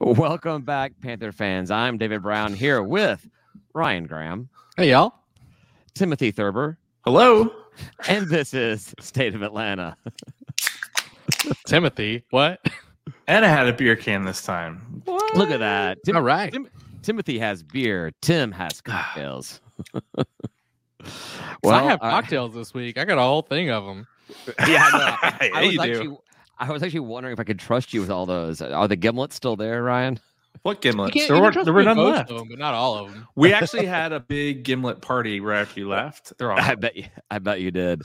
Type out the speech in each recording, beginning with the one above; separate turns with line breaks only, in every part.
Welcome back, Panther fans. I'm David Brown here with Ryan Graham,
Hey, y'all.
Timothy Thurber,
Hello.
and this is State of Atlanta.
Timothy. What?
And I had a beer can this time.
Look at that. Tim-
All right.
Tim- Timothy has beer. Tim has cocktails.
well, I have
uh,
cocktails this week. I got a whole thing of them.
Yeah, I
yeah,
I was
you
actually,
do.
I was actually wondering if I could trust you with all those. Are the gimlets still there, Ryan?
What gimlet? There were, there were none left.
Of them, but not all of them.
We actually had a big gimlet party right after you left. They're all
I bet you. I bet you did.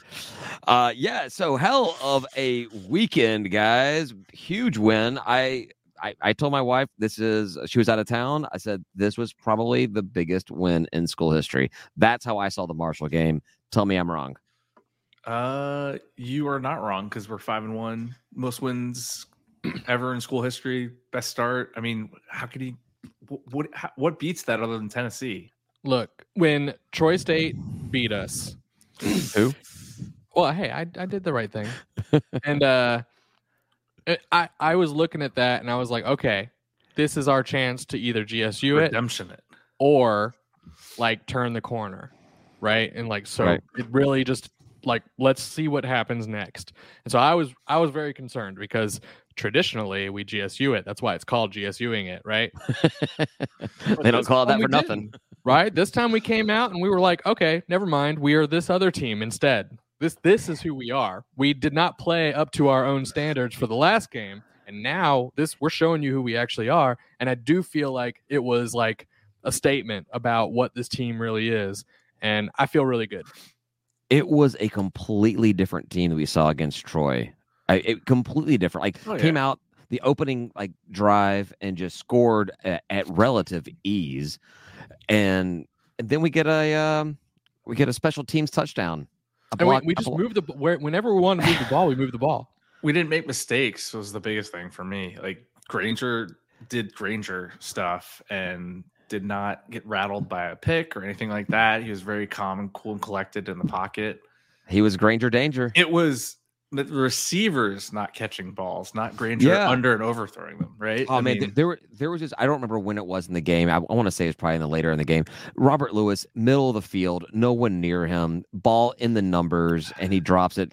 Uh, yeah. So hell of a weekend, guys. Huge win. I, I I told my wife this is. She was out of town. I said this was probably the biggest win in school history. That's how I saw the Marshall game. Tell me I'm wrong.
Uh, you are not wrong because we're five and one, most wins ever in school history, best start. I mean, how could he? wh- What how- what beats that other than Tennessee?
Look, when Troy State beat us.
Who?
Well, hey, I, I did the right thing. and uh it- I, I was looking at that and I was like, okay, this is our chance to either GSU it
Redemption it.
or like turn the corner, right? And like so
Right.
it really just like let's see what happens next. And so I was I was very concerned because traditionally we GSU it. That's why it's called GSUing it, right?
they don't
this
call it
time
that
we
for nothing.
didn't, right? This time we came out and we were like, okay, never mind. We are this other team instead. This this is who we are. We did not play up to our own standards for the last game, and now this we're showing you who we actually are. And I do feel like it was like a statement about what this team really is, and I feel really good.
It was a completely different team that we saw against Troy. I, it completely different. Like
Oh,
came out the opening like drive and just scored at, at relative ease, and, and then we get a um, we get a special teams touchdown. A
And we,
block-
we
a
just
blo-
moved the where, whenever we wanted to move the ball, we moved the ball.
We didn't make mistakes was the biggest thing for me. Like Granger did Granger stuff and did not get rattled by a pick or anything like that. He was very calm and cool and collected in the pocket.
He was Granger danger.
It was the receivers not catching balls, not Granger
Yeah.
under and overthrowing them, right?
Oh man, th- there were there was just I don't remember when it was in the game. I, I want to say it's probably in the later in the game. Robert Lewis, middle of the field, no one near him, ball in the numbers, and he drops it.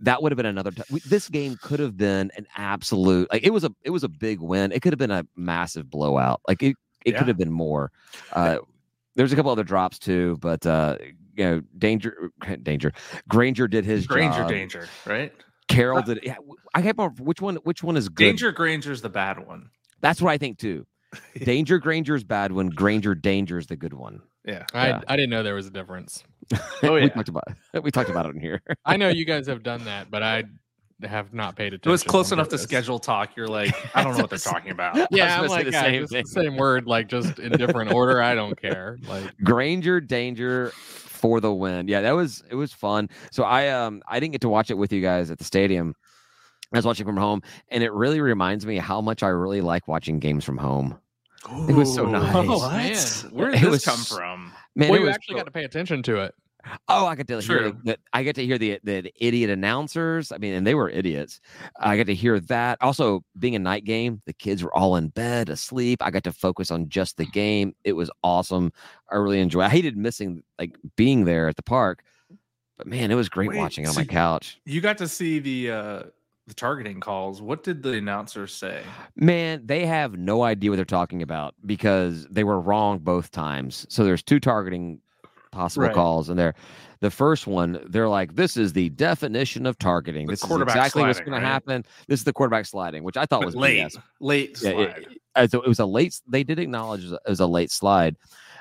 That would have been another. T- we, this game could have been an absolute. Like it was a it was a big win. It could have been a massive blowout. Like it it
Yeah.
could have been more. Uh, there's a couple other drops too, but uh, you know, danger, danger. Granger did his
Granger
job.
danger, right?
Carroll did. Yeah, w- I can't remember which one. Which one is good?
Danger Granger's the bad one.
That's what I think too. Danger Granger is bad one. Granger Danger is the good one.
Yeah.
I
Yeah.
I didn't know there was a difference.
Oh
we
yeah.
talked about we talked about it in here.
I know you guys have done that, but I have not paid attention.
It was close
on
enough to
purpose.
schedule talk. You're like, I don't know what they're talking about.
Yeah,
I
I'm
was
like
gonna say the
"Ah,
same
just
thing."
the same word, like just in different order. I don't care. Like
Granger Danger for the win. Yeah, that was it was fun. So I um I didn't get to watch it with you guys at the stadium. I was watching from home, and it really reminds me how much I really like watching games from home. It was so
Ooh,
nice.
Oh, man.
What? Where did
It
this
was
come
so-
from?
Man,
well,
it
you
was
actually
cool.
got to pay attention to it.
Oh, I get to hear
True.
the, the- I get to hear the, the the idiot announcers. I mean, and they were idiots. I got to hear that. Also, being a night game, the kids were all in bed asleep. I got to focus on just the game. It was awesome. I really enjoyed. I hated missing like being there at the park, but man, it was great
Wait,
watching on
so
my couch.
You got to see the uh the targeting calls. What did the announcer say?
Man, they have no idea what they're talking about because they were wrong both times. So there's two targeting possible
Right.
calls in there. The first one, they're like, "This is the definition of targeting.
The
this is
quarterback
exactly what's
sliding,
going
right?
to happen. This is the quarterback sliding," which I thought
But
was
late,
BS.
late
Yeah,
slide.
it- Uh, so it was a late. They did acknowledge it was a- it was a late slide,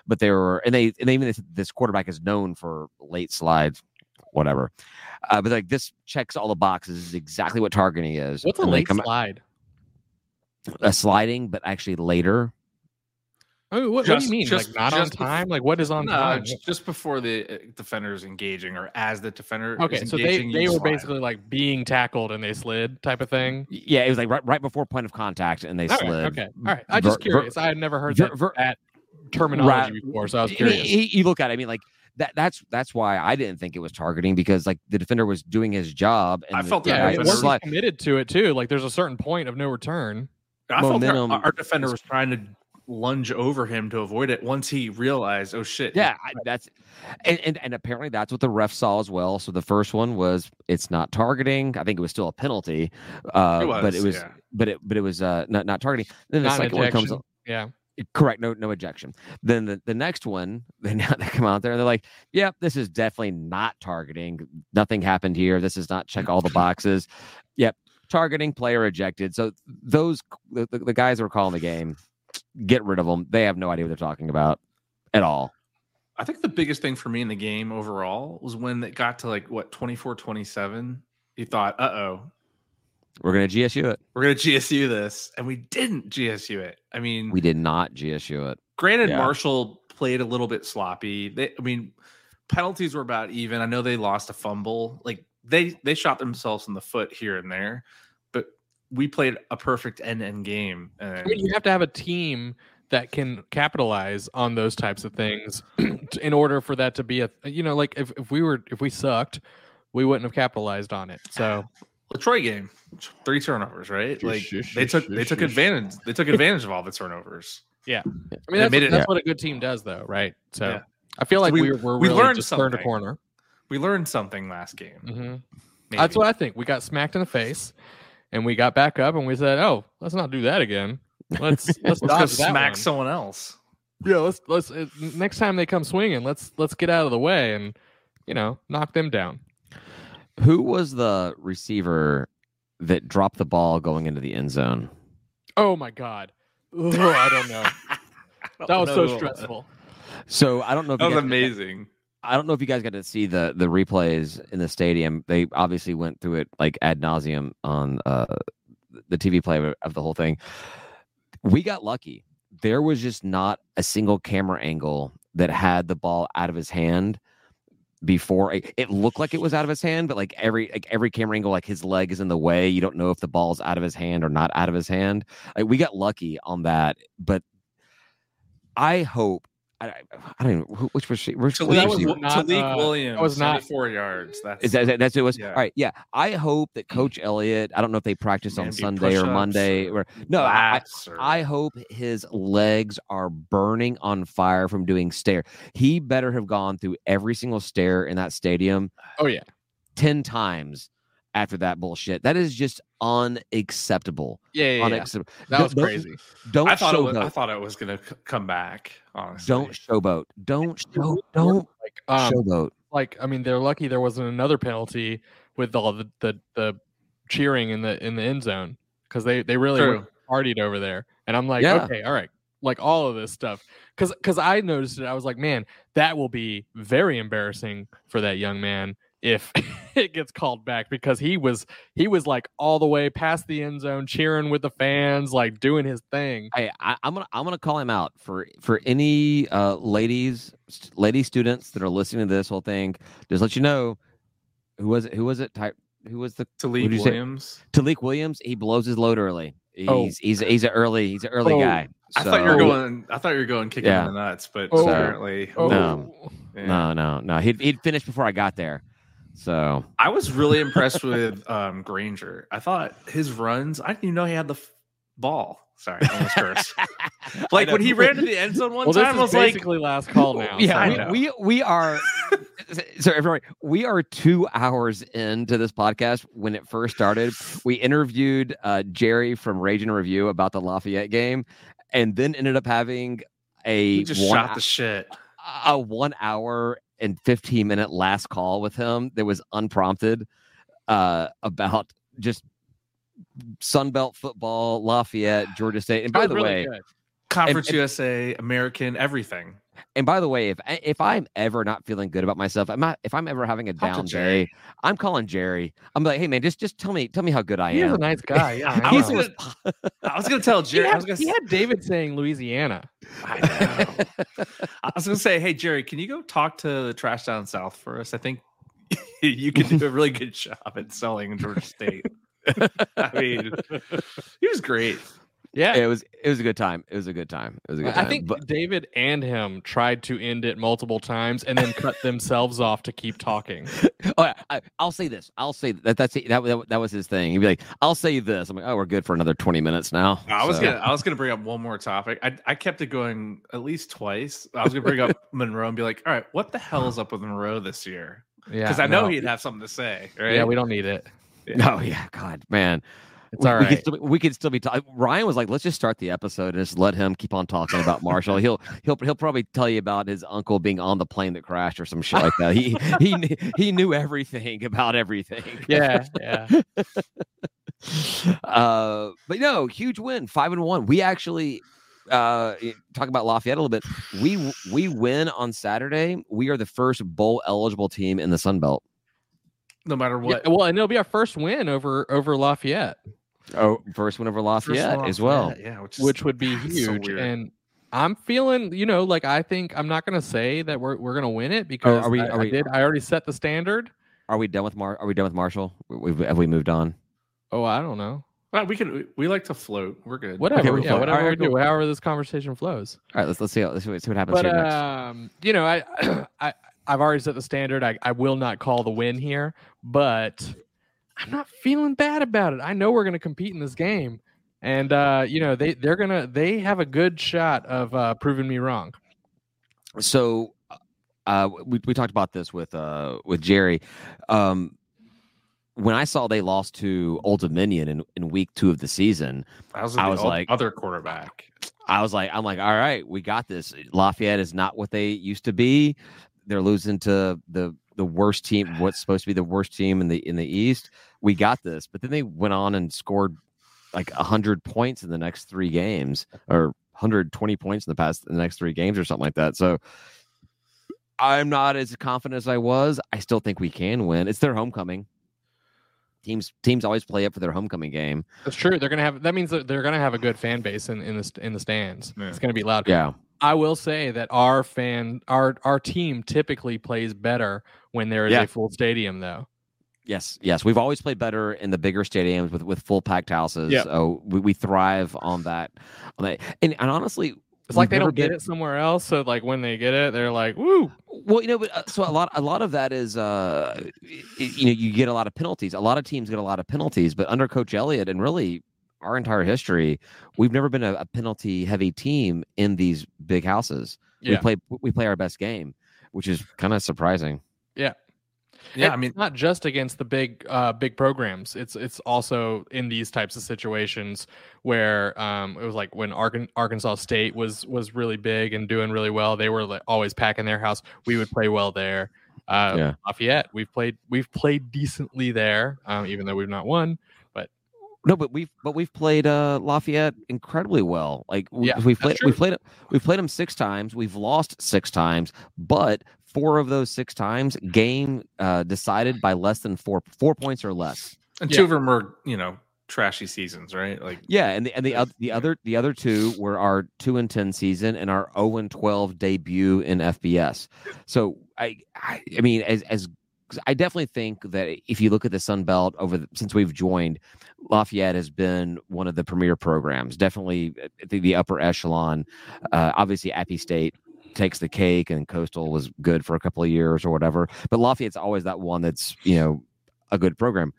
but they were, and they, and even this, this quarterback is known for late slides, whatever. Uh, but like this checks all the boxes. This is exactly what targeting is.
What's a
And they
late
come-
slide?
A sliding, but actually later.
I mean, what, what do
Just-
you mean?
just-
like not on
just bef-
time? Like what
Oh,
is on
no,
time?
j- just before the uh, defender is engaging, or as the defender. is
Okay, so they,
engaging,
they
you
were
slide.
basically like being tackled and they slid type of thing.
Yeah, it was like right, right before point of contact, and Mm-hmm. they
All right,
slid.
okay, all right. I
Ver-
just
ver-
curious. I had never heard
ver-
that,
ver-
that terminology
Right.
before, so I was
Y-
curious.
y- you look at, it, I mean, like that. That's that's why I didn't think it was targeting because like the defender was doing his job. And
I
the
felt that
yeah,
guy
way
it
but
was
about
was
every-
like-
committed to it too. Like there's a certain point of no return.
I felt our,
momentum
our defender
is-
was trying to lunge over him to avoid it once he realized, oh shit.
Yeah, I, that's and, and and apparently that's what the ref saw as well. So the first one was it's not targeting. I think it was still a penalty, uh,
it
but it was
yeah.
but it but it was uh, not not targeting. Then the
Not an
second one comes eh,
ejection. Yeah.
correct no no ejection then the, the next one they now they come out there and they're like yep this is definitely not targeting nothing happened here this is not check all the boxes yep targeting player ejected so those the, the, the guys who are calling the game get rid of them they have no idea what they're talking about at all
I think the biggest thing for me in the game overall was when it got to like what 24 27. You thought, uh oh,
we're gonna gsu it
we're going to GSU this. And we didn't GSU it. I mean,
we did not gsu it
Granted,
Yeah.
Marshall played a little bit sloppy. They, I mean, penalties were about even. I know they lost a fumble. Like they they shot themselves in the foot here and there, but we played a perfect end end game.
I
And
mean, you have to have a team that can capitalize on those types of things in order for that to be a you know like if, if we were if we sucked we wouldn't have capitalized on it so
the Troy game, three turnovers, right? Like
shush,
they took
shush,
they took
shush.
advantage. They took advantage of all the turnovers.
i mean
They
that's,
made it-
that's what a good team does though right so
Yeah.
i feel
So
like
we-
we, were
we
we really
learned
just turned a
something.
corner
We learned something last game.
hmm
maybe.
that's what i think we got smacked in the face and we got back up and we said oh let's not do that again let's let's,
Let's go
dodge that
smack
one.
someone else.
yeah let's let's uh, next time they come swinging let's let's get out of the way and you know knock them down
who was the receiver that dropped the ball going into the end zone
Oh my god. Ugh, I don't know. That was so
No.
stressful.
so i don't know if
That
you
was
guys-
amazing.
I don't know if you guys got to see the the replays in the stadium. They obviously went through it like ad nauseum on uh, the TV play of the whole thing. We got lucky. There was just not a single camera angle that had the ball out of his hand before it, it looked like it was out of his hand but like every like every camera angle like his leg is in the way you don't know if the ball's out of his hand or not out of his hand like, we got lucky on that but i hope i, I I don't even who- which was she which,
that
which
Talik,
was
receiver?
Talik
not, uh,
Williams,
that was not-
four yards. That's
Is that, is that- that's who it was?
Yeah.
All right, yeah. I hope that Coach Elliott. I don't know if they practice on
Maybe
Sunday or
push-ups
Monday
or
or no. I,
laps or-
I hope his legs are burning on fire from doing stair. He better have gone through every single stair in that stadium
Oh yeah.
ten times after that bullshit. That is just unacceptable.
Yeah, yeah, yeah.
Unacceptable.
That
Don't-
was
don't-
crazy.
Don't
I thought it was, I
showboat.
thought it was gonna c- come back. Honestly,
Don't showboat. Don't show.
really
Don't
Like um
showboat.
like I mean they're lucky there wasn't another penalty with all the the, the cheering in the in the end zone cuz they they really
True.
were partied over there. And I'm like,
Yeah.
okay, all right. Like all of this stuff cuz cuz I noticed it. I was like, man, that will be very embarrassing for that young man if it gets called back because he was he was like all the way past the end zone cheering with the fans, like doing his thing.
Hey, I, I'm gonna I'm gonna call him out for for any uh, ladies, st- lady students that are listening to this whole thing. Just let you know, who was it? Who was it? Ty, who was the
Talik
What'd you say?
Williams.
Talik Williams? He blows his load early. He's
Oh.
he's he's an early he's an early
Oh.
guy.
I thought you were
So-
going. I thought you were going kicking
Yeah.
in the nuts, but
Oh.
apparently,
Oh.
No.
Yeah.
No, no, no. He'd he'd finished before I got there. So
I was really impressed with um, Granger. I thought his runs. I didn't even know he had the f- ball. Sorry, I almost cursed. like
I
when
know.
he ran to the end zone one
Well,
time, I
this is
was like,
basically last call now.
I
yeah,
know.
we, we we are. So everybody, we are two hours into this podcast. When it first started, we interviewed uh, Jerry from Rage and Review about the Lafayette game, and then ended up having a
he just
one
shot the shit.
a one hour and fifteen minute last call with him that was unprompted uh, about just Sunbelt football, Lafayette, Georgia State, and by the way,
Conference
and-
USA, American, everything.
And by the way, if I- if I'm ever not feeling good about myself, I'm not, if I'm ever having a
Talk to
down
Jerry.
day, I'm calling Jerry. I'm like, hey man, just just tell me tell me how good I
he is a
am.
nice guy. Yeah, I
I was
know.
gonna, I was gonna tell
He
Jerry. I was
had,
gonna
he had David saying Louisiana.
I know. I was gonna say, hey Jerry, can you go talk to the Trash Down South for us? I think you can do a really good job at selling Georgia State. I mean, he was great.
Yeah.
It was it was a good time. It was a good time. It was a good
I
time.
I think
But-
David and him tried to end it multiple times and then cut themselves off to keep talking.
oh, yeah, I, I'll say this. I'll say that that's that, that, that was his thing. He'd be like, "I'll say this." I'm like, "Oh, we're good for another 20 minutes now."
I was
So-
gonna I was gonna bring up one more topic. I, I kept it going at least twice. I was gonna bring up Monroe and be like, all right, what the hell is up with Monroe this year?
Yeah.
Because I know
no.
he'd have something to say, right?
Yeah, we don't need it.
No, oh, yeah, God, man.
It's
We,
all
we could
right.
still, be- we could still be. ta- Ryan was like, "Let's just start the episode and just let him keep on talking about Marshall. He'll he'll he'll probably tell you about his uncle being on the plane that crashed or some shit like that. He he kn- he knew everything about everything.
Yeah, yeah.
uh, but no, huge win, five and one. We actually uh, talk about Lafayette a little bit. We we win on Saturday. We are the first bowl eligible team in the Sun Belt.
No matter what.
Yeah, well, and it'll be our first win over over Lafayette,
Oh, first win over
first
Lafayette
one
as
off
well.
that, Yeah, which is
which would be
That's so
huge.
weird.
and I'm feeling, you know, like I think I'm not gonna say that we're we're gonna win it
Oh,
because
are we-
I,
are
I
we-
did I already set the standard.
Are we done with Mar? Are we done with Marshall? We- We've, have we moved on?
Oh, I don't know.
Well, we can we like to float. We're good.
Whatever.
we're
yeah,
fine.
whatever
All right,
we do, however this conversation flows.
All right, let's let's see how, let's see what see what happens
but
here next.
um, you know, I, I, I've already set the standard. I, I will not call the win here, but I'm not feeling bad about it. I know we're going to compete in this game, and uh, you know, they they're gonna they have a good shot of uh, proving me wrong.
So, uh, we we talked about this with uh with Jerry. Um, when I saw they lost to Old Dominion in, in week two of the season,
I was,
I
the
was
o-
like-
other quarterback.
I was like, I'm like, all right, we got this. Lafayette is not what they used to be. They're losing to the the worst team, what's supposed to be the worst team in the in the East. We got this. But then they went on and scored like hundred points in the next three games, or 120 points in the past in the next three games, or something like that. So I'm not as confident as I was. I still think we can win. It's their homecoming. Teams teams always play up for their homecoming game.
That's true. They're gonna have that means that they're gonna have a good fan base in in the st- in the stands.
Yeah.
It's gonna be loud.
Yeah.
I will say that our fan our our team typically plays better when there is
Yeah.
a full stadium, though.
Yes, yes, we've always played better in the bigger stadiums with with full packed houses.
Yeah.
Oh, we, we thrive on that. On that, and, and honestly,
It's like
we've
they
never
don't get
been-
it somewhere else. So like when they get it, they're like, "Woo!"
Well, you know, but, uh, so a lot a lot of that is, uh, y- y- you know, you get a lot of penalties. A lot of teams get a lot of penalties, but under Coach Elliott and really our entire history, we've never been a, a penalty heavy team in these big houses. We
Yeah.
play we play our best game, which is kind of surprising.
Yeah,
And
I mean
it's not just against the big, uh, big programs. It's it's also in these types of situations where um, it was like when Arkan- Arkansas State was was really big and doing really well. They were like always packing their house. We would play well there. Uh,
Yeah.
Lafayette, we've played we've played decently there, um, even though we've not won.
No, but we've but we've played uh, Lafayette incredibly well. Like we,
Yeah,
we've
that's
played
true.
we've played we've played them six times. We've lost six times, but four of those six times game uh, decided by less than four four points or less.
and
Yeah.
two of them were, you know, trashy seasons, right? Like
Yeah, and the and the oth- the other the other two were our two and ten season and our zero and twelve debut in FBS. So I I, I mean as as 'cause I definitely think that if you look at the Sun Belt over the, since we've joined, Lafayette has been one of the premier programs. Definitely, uh, I think the upper echelon. Uh, obviously, Appy State takes the cake, and Coastal was good for a couple of years or whatever. But Lafayette's always that one that's you know a good program.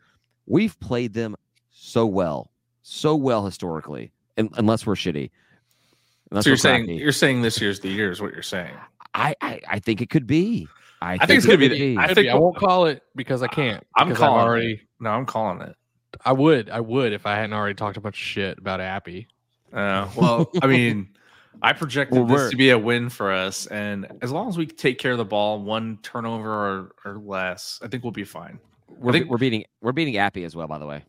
We've played them so well, so well historically, un- unless we're shitty. Unless
so you're
we're
saying
crappy.
you're saying this year's the year is what you're saying.
I, I I think it could be. I,
think it's
it
gonna be
could
the- I
Could
think Uh,
be. I won't call it because I can't.
I'm
because
calling
I've
it.
already.
No, I'm calling it.
I would. I would if I hadn't already talked a bunch of shit about Appy.
Uh, well, I mean, I projected
Well, we're-
this to be a win for us, and as long as we take care of the ball, one turnover or, or less, I think we'll be fine.
we're,
I think-
we're beating we're beating Appy as well. By the way,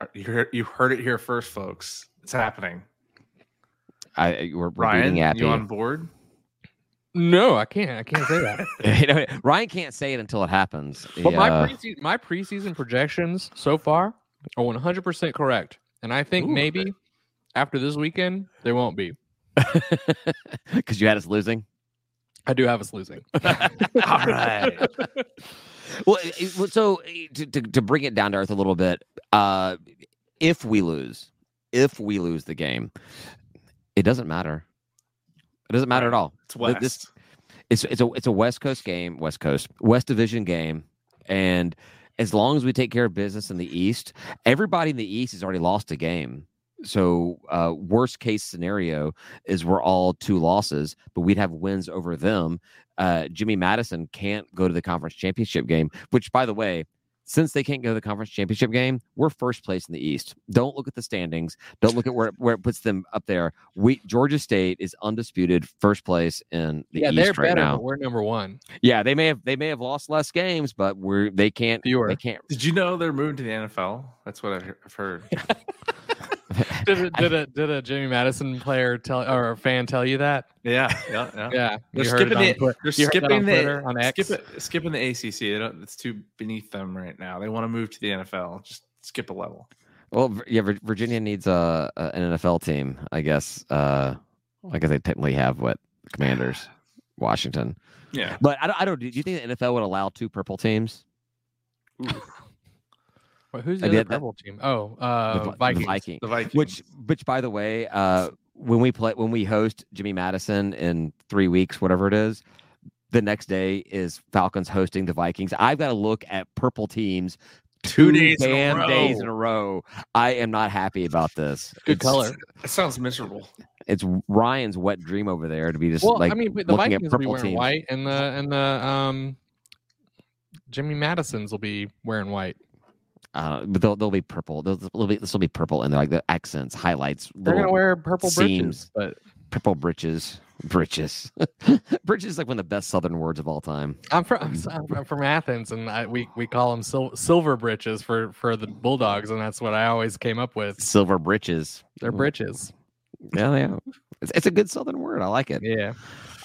Uh, You heard, you heard it here first, folks. It's happening.
I I- we're, we're
Ryan,
beating Appy.
you on board?
No, I can't. I can't say that.
You know, Ryan can't say it until it happens.
But my
Yeah.
preseason, my preseason projections so far are 100% correct. And I think
Ooh.
maybe after this weekend, they won't be.
because you had us losing.
I do have us losing.
All right. well, it- it- well, so eh, to, to to bring it down to earth a little bit, uh, if we lose, if we lose the game, it doesn't matter. It doesn't matter at all.
It's
Th-
West.
this- It's it's a it's a West Coast game, West Coast West Division game, and as long as we take care of business in the East, everybody in the East has already lost a game. So uh, worst case scenario is we're all two losses, but we'd have wins over them. Uh, Jimmy Madison can't go to the conference championship game, which by the way. Since they can't go to the conference championship game, we're first place in the East. Don't look at the standings. Don't look at where, where it puts them up there. We Georgia State is undisputed first place in the
yeah,
East
they're
right
better,
now.
but we're number one.
Yeah, they may have they may have lost less games, but we're they can't
Fewer.
they can't.
Did you know they're moving to the NFL? That's what I've he- I've heard.
Did a, did a did a Jimmy Madison player tell or a fan tell you that?
yeah, yeah, yeah.
Yeah,
They're
you heard it
skipping
on
it.
Twitter.
They're
You heard that
skipping
on Twitter,
the
on X.
skip it- skipping the ACC. They don't, it's too beneath them right now. They want to move to the NFL. Just skip a level.
Well, Vir- yeah, Vir- Virginia needs a, a an NFL team, I guess. Uh, I guess they technically have what the Commanders, Washington,
Yeah.
but I don't, I don't. Do you think the NFL would allow two purple teams?
Well, who's the
I did
other
that-
purple team? Oh,
The
uh,
Vi- the
Vikings.
Vikings.
The Vikings.
Which, which by the way, uh, when we play when we host Jimmy Madison in three weeks, whatever it is, the next day is Falcons hosting the Vikings. I've got to look at purple teams
Two days in a
damn
row.
days in a row. I am not happy about this.
Good
It's-
color.
That sounds miserable.
It's Ryan's wet dream over there to be just
Well,
like
I mean, but the
looking at
Vikings will be
purple
wearing
teams.
white, and the and the um, Jimmy Madison's will be wearing white.
uh, but they'll they'll be purple. They'll, they'll be this will be purple and like the accents, highlights,
They're gonna
little
wear purple
seams.
britches, but
purple britches, britches, britches is like one of the best Southern words of all time.
I'm from I'm, s- I'm from- from Athens, and I, we we call them sil- silver britches for for the Bulldogs, and that's what I always came up with.
Silver britches.
They're britches.
Yeah, they are. It's, it's a good Southern word. I like it.
Yeah.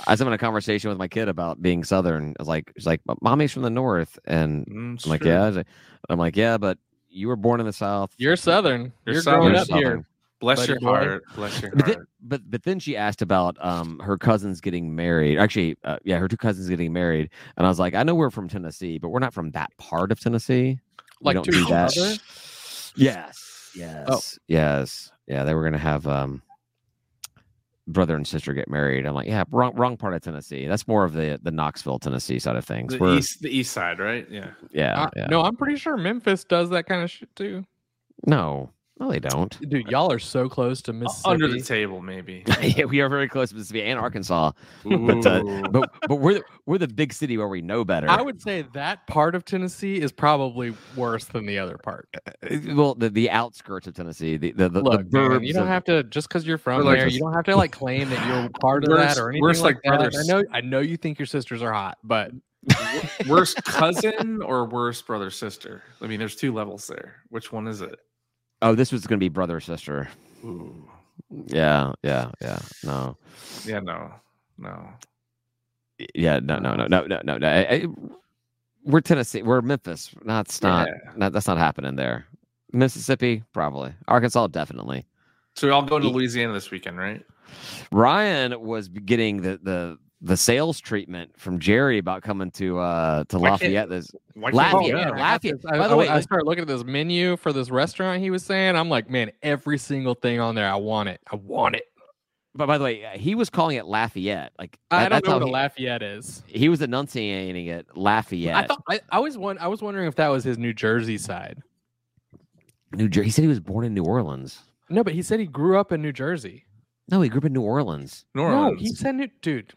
I was having a conversation with my kid about being Southern. I was like, she's like, "But mommy's from the North, and
Mm, it's
I'm like,
true.
yeah. I was like- I'm like, yeah, but you were born in the South.
You're Southern. You're,
You're
growing
Southern.
up here.
Bless
Buddy
your
boy.
heart. Bless your
But then,
heart.
but but then she asked about um her cousins getting married. Actually, uh, yeah, her two cousins getting married, and I was like, I know we're from Tennessee, but we're not from that part of Tennessee. We
Like
don't
to
do
each
that.
other?
Yes, yes, yes, yeah. They were gonna have um brother and sister get married. I'm like, yeah, wrong wrong part of Tennessee. That's more of the the Knoxville, Tennessee side of things.
The
We're-
east, the east side, right? Yeah.
yeah,
I-
yeah.
No, I'm pretty sure Memphis does that kind of shit too.
no, no, they don't.
Dude, y'all are so close to Mississippi.
Under the table, maybe.
yeah, we are very close to Mississippi and Arkansas, But, uh,
Ooh.
but but we're the, we're the big city where we know better.
I would say that part of Tennessee is probably worse than the other part.
Uh, well the, the outskirts of Tennessee, the the the, the
Look, man,
burbs
you don't
of-
have to just because you're from
We're like
there,
just-
you don't have to like claim that you're part of
We're
that
s-
or anything
we're
like,
s- like
that.
brothers.
I know, I know you think your sisters are hot, but
worse cousin or worse brother sister? I mean, there's two levels there. Which one is it?
oh, this was going to be brother or sister.
Ooh.
Yeah, yeah, yeah. No,
Yeah, no, no.
yeah, no, no, no, no, no, no. no. I, I- we're Tennessee. We're Memphis. That's not, not. That's not happening there. Mississippi, probably. Arkansas, definitely.
So we all go to Louisiana this weekend, right?
Ryan was getting the the the sales treatment from Jerry about coming to uh to
Why can't-
Lafayette. This
Why
Laugh
we
Oh, yeah,
go?
yeah,
I got
laugh
this-
yeah.
I,
By the
I-
way,
I
it-
started looking at this menu for this restaurant he was saying. I'm like, man, every single thing on there, I want it. I want it.
But by the way, uh, he was calling it Lafayette. Like
I
that-
don't know
how
what a
he,
Lafayette is.
he was enunciating it Lafayette.
I thought I, I was one. I was wondering if that was his New Jersey side.
New Jersey. He said he was born in New Orleans.
No, but he said he grew up in New Jersey.
No, he grew up in New Orleans.
New
No,
Orleans.
he said New. Dude,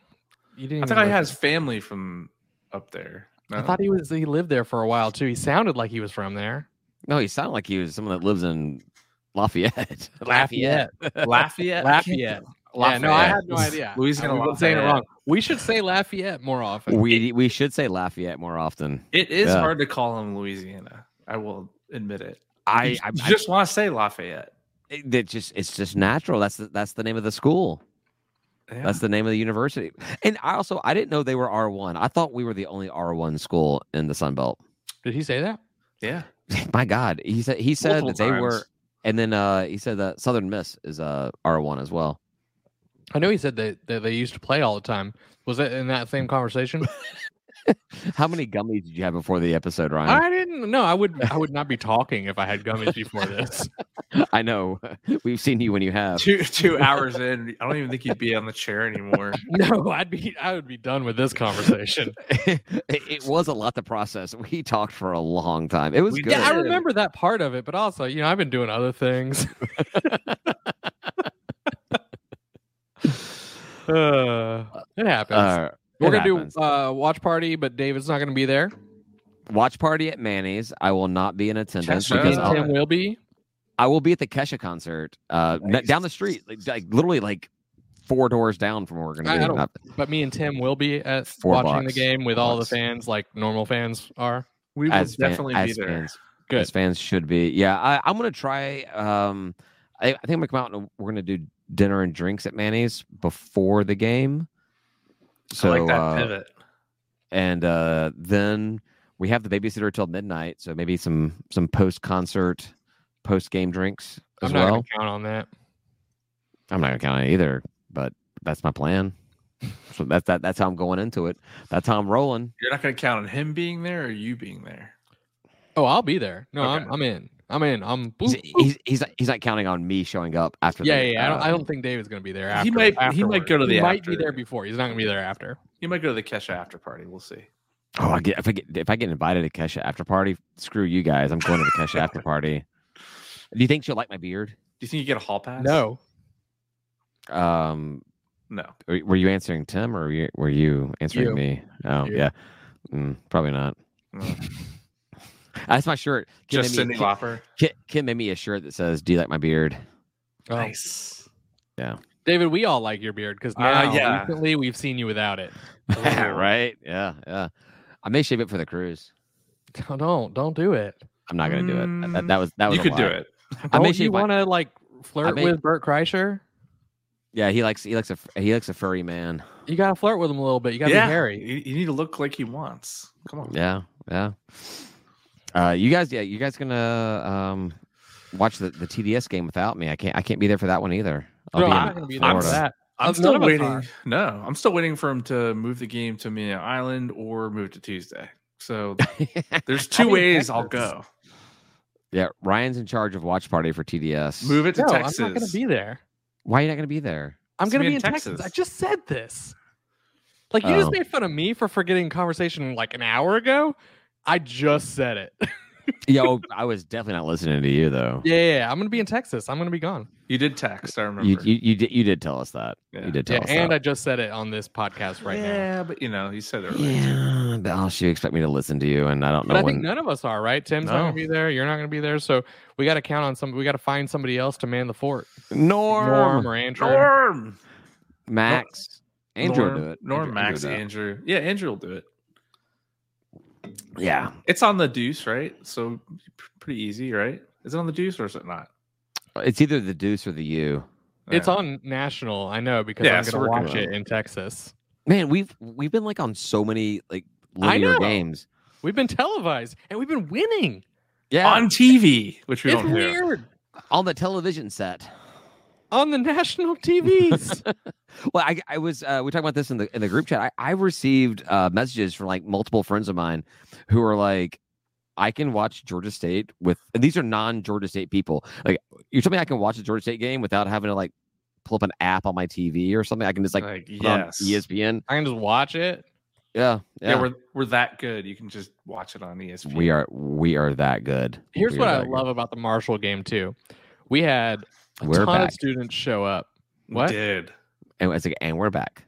you didn't.
I
even
thought he
look.
had his family from up there. No?
I thought he was. He lived there for a while too. He sounded like he was from there.
No, he sounded like he was someone that lives in Lafayette.
Lafayette.
Lafayette. Yeah, no, I had no idea.
Louisiana.
We've been saying it
Lafayette.
wrong. We should say Lafayette more often.
we we should say Lafayette more often.
It is
Yeah.
hard to call him Louisiana. I will admit it.
I,
You
I, I
just want to say Lafayette.
it, it just it's just natural. That's the, that's the name of the school.
Yeah.
That's the name of the university. And I also I didn't know they were R one. I thought we were the only R one school in the Sun Belt.
Did he say that?
yeah.
My God, he said he said that
Multiple
they were,
times.
and then uh he said that Southern Miss is uh R one as well.
I know he said that, that they used to play all the time. Was that in that same conversation?
How many gummies did you have before the episode, Ryan?
I didn't know. I would I would not be talking if I had gummies before this.
I, know. We've seen you when you have.
two two hours in, I don't even think you'd be on the chair anymore.
No, I'd be I would be done with this conversation.
it, it was a lot to process. We talked for a long time. It was
We
good.
did.
Yeah, I remember that part of it, but also, you know, I've been doing other things. Uh, it happens.
Uh,
We're
it
gonna
happens.
do uh watch party, but David's not gonna be there.
watch party at Manny's. I will not be in attendance
Chester.
because
Me and
I'll,
Tim will be.
I will be at the Kesha concert uh, n-
Nice.
down the street, like, like literally like four doors down from where we're going
I- I
to be.
don't- But me and Tim will be at
Four
watching the
blocks.
game with all the
Blocks.
fans like normal fans are.
We will
As fan-
definitely be
as
there.
fans.
Good.
As fans should be. Yeah, I, I'm going to try. Um, I, I think I'm going to come out and we're going to do dinner and drinks at Manny's before the game. So
I like that
uh,
pivot.
and uh, then we have the babysitter till midnight. So maybe some some post concert, post game drinks as
I'm not
well.
gonna count on that.
I'm not gonna count it either, but that's my plan. So that's that. That's how I'm going into it. That's how I'm rolling.
You're not going to count on him being there or you being there.
Oh, I'll be there. No, I'm,
Okay.
I'm in. I'm in. I'm.
He's,
boop, boop.
he's he's not, he's not counting on me showing up after.
yeah,
the,
yeah. yeah. I, don't,
uh,
I don't think David's gonna be there.
He
After,
might- he might
afterward.
go to the
He might
after.
be there before. He's not gonna be there after.
You might go to the Kesha after party. We'll see.
Oh, I get, if I get if I get invited to Kesha after party, screw you guys. I'm going to the Kesha after party. Do you think she'll like my beard?
Do you think you get a hall pass?
No,
Um,
No.
were were you answering Tim or were you, were you answering
You.
me? Oh,
You.
yeah, mm, probably not.
no.
That's my shirt. Kim
Just
made
Cindy
me,
Lauper.
Kim, Kim made me a shirt that says, "Do you like my beard?"
Oh.
Nice.
David. We all like your beard because
Uh,
now
yeah.
recently we've seen you without it.
Ooh.
right? Yeah, yeah. I may shave it for the cruise.
No, don't don't do it.
I'm not gonna do it. That,
Mm,
that was that was.
You
a
could do
lie.
it.
I
Don't
may
you
shave my-
want to like flirt
may-
with Bert Kreischer?
Yeah, he likes he likes a he likes a furry man.
You gotta flirt with him a little bit. You gotta be hairy.
You, you need to look like he wants. Come on.
Yeah, yeah. Uh, you guys, yeah, you guys gonna um watch the, the TDS game without me? I can't I can't be there for that one either. I'll
No,
be
I'm
in
not gonna be there for
Florida.
that.
I'm
Of
still
none of us are.
waiting. No, I'm still waiting for him to move the game to Mania Island or move to Tuesday. So there's two
mean,
ways I'll
Texas.
go.
yeah, Ryan's in charge of watch party for TDS.
Move it to
No, I'm
Texas.
not gonna be there.
Why are you not gonna be there?
I'm
It's
gonna
me
be
in
in Texas.
Texas.
I just said this. Like you just
Oh.
made fun of me for forgetting conversation like an hour ago. I just said it.
Yo, I was definitely not listening to you though.
yeah, yeah, yeah, I'm gonna be in Texas. I'm gonna be gone.
You did text. I remember.
You, you you did you did tell us that.
Yeah.
You did tell
Yeah,
us
and
that.
I just said it on this podcast right now.
yeah, but you know, you said earlier.
yeah, but oh, shoot, you expect me to listen to you, and I don't know
But I
when.
think none of us are, right? Tim's not gonna
No.
be there. You're not gonna be there. So we got to count on some. We got to find somebody else to man the fort.
Norm,
Norm or Andrew.
Norm.
Max, Andrew will
Norm,
do it.
Norm,
Andrew-
Max,
Andrew will do
Andrew. Yeah, Andrew will do it.
it. Yeah,
It's on the deuce, right? So p- pretty easy, right? Is it on the deuce or is it not?
It's either the deuce or the U.
It's
Yeah.
on national. I know because
Yeah,
I'm
so
gonna
we're
watch
good.
it in Texas.
Man, we've we've been like on so many like
I
linear
know.
games.
We've been televised and we've been winning.
Yeah, on,
on TV, which we
it's
don't do.
weird
the television set.
on the national TVs.
Well, I, I was uh, we talked about this in the in the group chat. I, I received uh, messages from like multiple friends of mine who are like, I can watch Georgia State with and these are non Georgia State people. Like you're telling me I can watch a Georgia State game without having to like pull up an app on my TV or something. I can just
Uh,
like,
Like,
put on E
yes.
ESPN.
I can just watch it.
Yeah, yeah.
Yeah, we're we're that good. You can just watch it on E ESPN.
we are we are that good.
Here's
We are
what I
that good.
love about the Marshall game too. We had a
We're
ton
back.
of students show up.
We
What?
did.
And it's like, and we're back.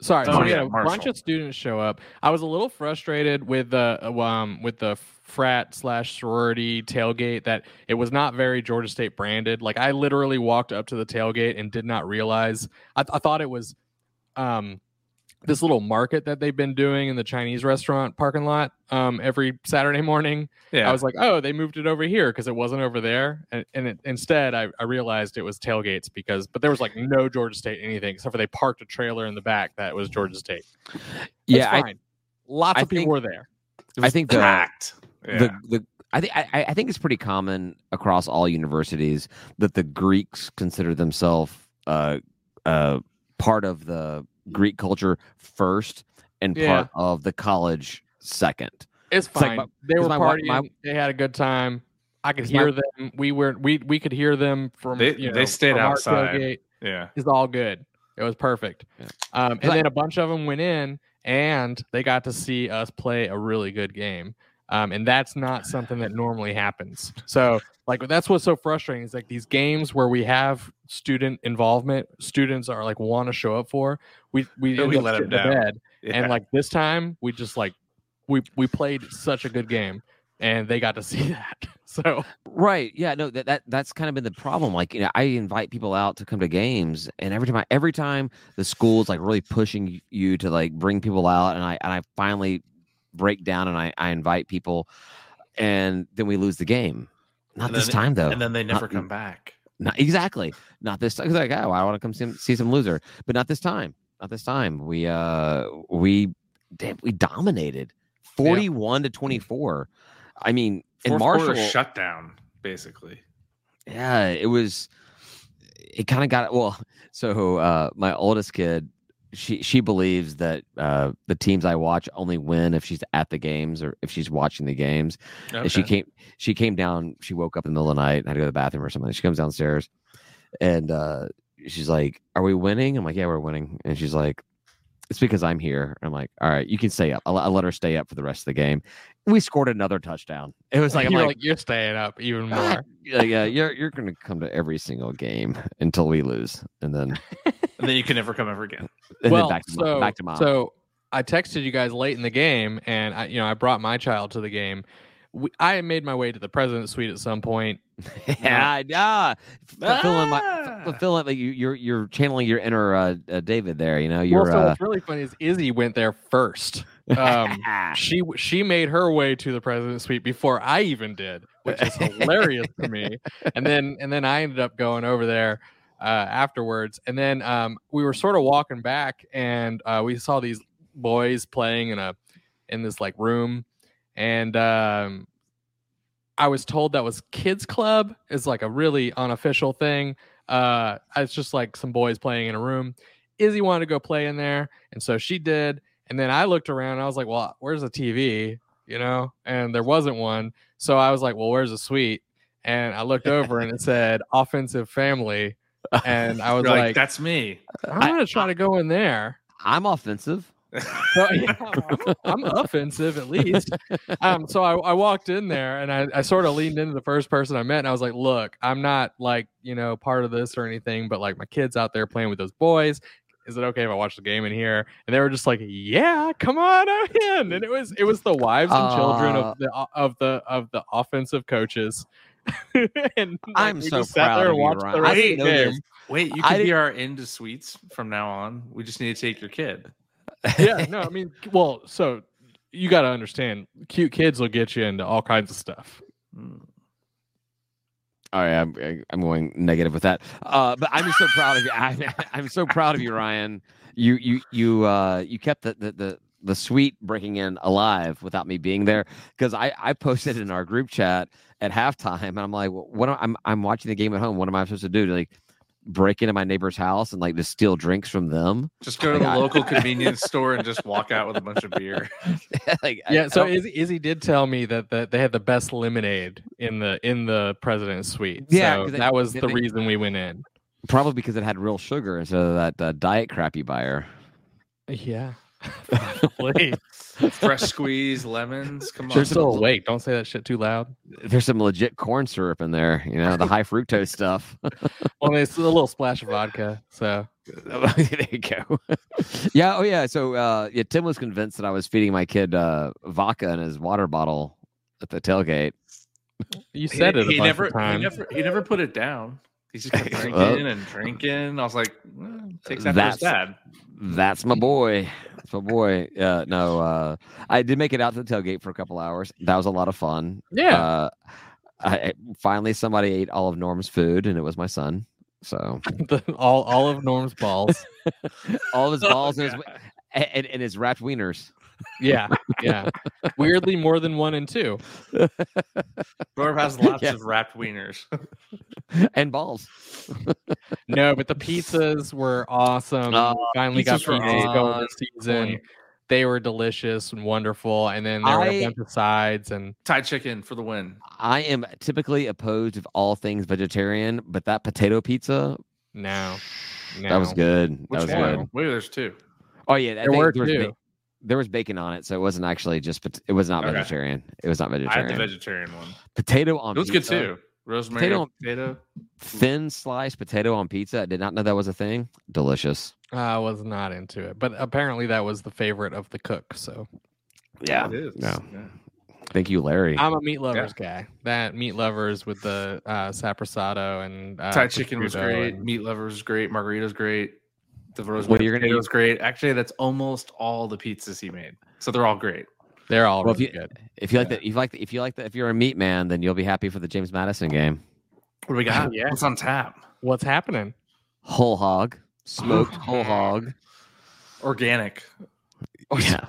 Sorry,
Oh,
so we
yeah,
had a bunch
Marshall.
of students show up. I was a little frustrated with the um with the frat slash sorority tailgate that it was not very Georgia State branded. Like I literally walked up to the tailgate and did not realize. I, I thought it was, um, this little market that they've been doing in the Chinese restaurant parking lot um every Saturday morning.
Yeah.
I was like, oh, they moved it over here because it wasn't over there. And, and it, instead, I, I realized it was tailgates because, but there was like no Georgia State anything except for they parked a trailer in the back that was Georgia State. That's
yeah, I,
fine. lots
I
of people
think-
were there.
It
I
was
think the-
packed. Yeah.
the the I think I, I I think it's pretty common across all universities that the Greeks consider themselves uh uh part of the Greek culture first, and
Yeah.
part of the college second.
It's
It's like
fine.
my-
they were
because my wa-
partying.
my-
they had a good time. I could
Because my-
hear them. We were we we could hear them from.
They-
you know,
they stayed
from our
outside.
tailgate.
Yeah.
It's all good. It was perfect.
Yeah.
Um, and
Like-
then a bunch of them went in, and they got to see us play a really good game. Um, and that's not something that normally happens. So, like, that's what's so frustrating is like these games where we have student involvement, students are like want to show up for. We we,
But
end
we
up
let 'em
shitting the
down.
bed.
yeah.
And like this time, we just like we we played such a good game, and they got to see that. So
Right. Yeah. No. That, that that's kind of been the problem. Like, you know, I invite people out to come to games, and every time, I, every time the school's like really pushing you to like bring people out, and I and I finally break down and I I invite people, and then we lose the game. Not
And
this
then-
time though.
and then they never
not-
come back.
Not, exactly. Not this time. 'Cause Like, oh, I want to come see, see some loser, but not this time. Not this time. We uh we damn, we dominated, forty one to twenty four. I mean, in
Fourth
Marshall,
quarter shutdown, basically.
yeah, it was. It kind of got well. So uh, my oldest kid, she she believes that uh, the teams I watch only win if she's at the games or if she's watching the games. And she
Okay.
came she came down, she woke up in the middle of the night and had to go to the bathroom or something. She comes downstairs and uh she's like, Are we winning? I'm like, Yeah, we're winning. And she's like, It's because I'm here. I'm like, All right, you can stay up. I let- I let her stay up for the rest of the game. We scored another touchdown. It was like I'm
you're
like,
like you're staying up even more.
"God, yeah, yeah, you're you're gonna come to every single game until we lose. And then
and then you can never come ever again.
and
well,
then back to
so,
mom, back to mom.
So I texted you guys late in the game, and I, you know, I brought my child to the game. We, I made my way to the president's suite at some point.
yeah, yeah. Fulfilling my
Ah.
fulfilling like you you're you're channeling your inner uh, uh David there, you know. You're
well, so
uh,
what's really funny is Izzy went there first. Um, she she made her way to the president's suite before I even did, which is hilarious to me. And then and then I ended up going over there uh, afterwards. And then um, we were sort of walking back, and uh, we saw these boys playing in a in this like room, and um, I was told that was kids club is like a really unofficial thing. Uh, it's just like some boys playing in a room. Izzy wanted to go play in there, and so she did. And then I looked around and I was like, well, where's the TV? You know, and there wasn't one. So I was like, well, where's the suite? And I looked over and it said offensive family. And I was
You're like,
like,
that's me.
I'm going to try to go in there.
I'm offensive.
So, yeah, I'm, I'm offensive at least. Um, so I, I walked in there and I, I sort of leaned into the first person I met and I was like, look, I'm not like, you know, part of this or anything, but like my kids out there playing with those boys. Is it okay if I watch the game in here? And they were just like, "Yeah, come on out in!" And it was it was the wives and children
Aw.
of the of the of the offensive coaches. and like,
I'm
we
so
just
proud of you,
watched
Ryan.
the
I
rest of the
didn't know
game.
this. Wait, you
I
can be
didn't-
our into suites from now on. We just need to take your kid.
yeah, no, I mean, well, so you got to understand, cute kids will get you into all kinds of stuff.
Mm.
All right, I'm I- I'm going negative with that. Uh, but I'm just so proud of you. I, I'm so proud of you, Ryan. You you you uh you kept the the the, the sweet breaking in alive without me being there because I I posted in our group chat at halftime and I'm like, "Well, what am, I'm I'm watching the game at home. What am I supposed to do to like break into my neighbor's house and like just steal drinks from them?
Just go to the
Yeah.
local convenience store and just walk out with a bunch of beer.
like, I-
Yeah,
I
so
don't-
Izzy, Izzy did tell me that, that they had the best lemonade in the in the president's suite.
Yeah,
so
'cause they-
that was
they-
the
they-
reason we went in.
probably because it had real sugar instead of that uh, diet crap you buy her.
Yeah, probably.
Fresh squeeze lemons. Come
You're
on.
There's
still awake. Don't say that shit too loud.
There's some legit corn syrup in there, you know, the high fructose stuff.
Well, it's a little splash of vodka. So
there you go. yeah. Oh, yeah. So, uh, yeah, Tim was convinced that I was feeding my kid uh, vodka in his water bottle at the tailgate.
you said it a
he
bunch
never,
of times.
He never, he never put it down. He just kept drinking
Well-
and drinking. I was like, "Mm, "Well, takes after
That's-
his dad.
That's my boy. That's my boy. Uh, no, uh, I did make it out to the tailgate for a couple hours. That was a lot of fun.
yeah,
Uh, I, I- finally, somebody ate all of Norm's food, and it was my son. So
the, all all of Norm's balls.
all of his balls and, his,
Yeah.
and, and his wrapped wieners.
Yeah, yeah. Weirdly, more than one and two.
Norm has lots
Yeah.
of wrapped wieners.
and balls.
No, but the pizzas were awesome.
Oh,
Finally got
Ah, pizzas were
pizzas going
awesome.
this season. they were delicious and wonderful. And then there were
I-
a bunch of sides and
Thai chicken for the win.
I am typically opposed of all things vegetarian, but that potato pizza
no, no.
that was good.
Which
that was
one?
good.
Wait, there's two.
Oh yeah, I
There
think
were
was
two.
ba- there was bacon on it, so it wasn't actually just. pot- It was not
Okay.
vegetarian. It was not
I had the
vegetarian.
vegetarian one.
potato on
It was good
pizza,
too. Rosemary
Potato-
potato. potato.
Thin sliced potato on pizza. I did not know that was a thing. Delicious.
I was not into it, but apparently that was the favorite of the cook. So
Yeah.
It is.
No.
Yeah.
Thank you, Larry.
Uh,
I'm a meat lovers guy. That meat lovers with the uh, saprosado and uh,
Thai chicken was
prosciutto
great.
and-
Meat lovers was great. Margarita's great. The rosemary
Well, you're gonna
potato was great. Actually, that's almost all the pizzas he made. So they're all great.
They're all
Well, if
really
you-
good.
if you like that, if you like that, if you like that, if you're a meat man, then you'll be happy for the James Madison game.
What do we got?
Yeah.
What's on tap?
What's happening?
Whole hog, smoked
Oh,
whole hog.
Organic.
Yeah.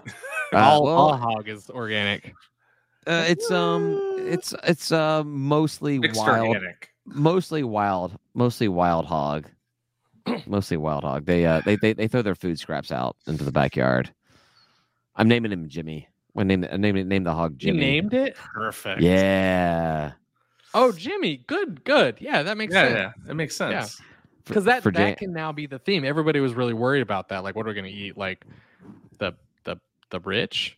Uh,
all,
well,
all hog is organic.
uh, it's um, it's it's uh, mostly
Mixed
wild
organic.
mostly wild, mostly wild hog, mostly wild hog. They uh they, they they throw their food scraps out into the backyard. I'm naming him Jimmy. I name I name name the hog Jimmy.
You named it?
Perfect.
Yeah,
Oh, Jimmy. Good, good. Yeah, that makes
Yeah,
sense.
yeah. That makes sense.
Yeah. Because that
for
that
Jan-
can now be the theme. Everybody was really worried about that. Like, what are we gonna eat? Like the the the rich?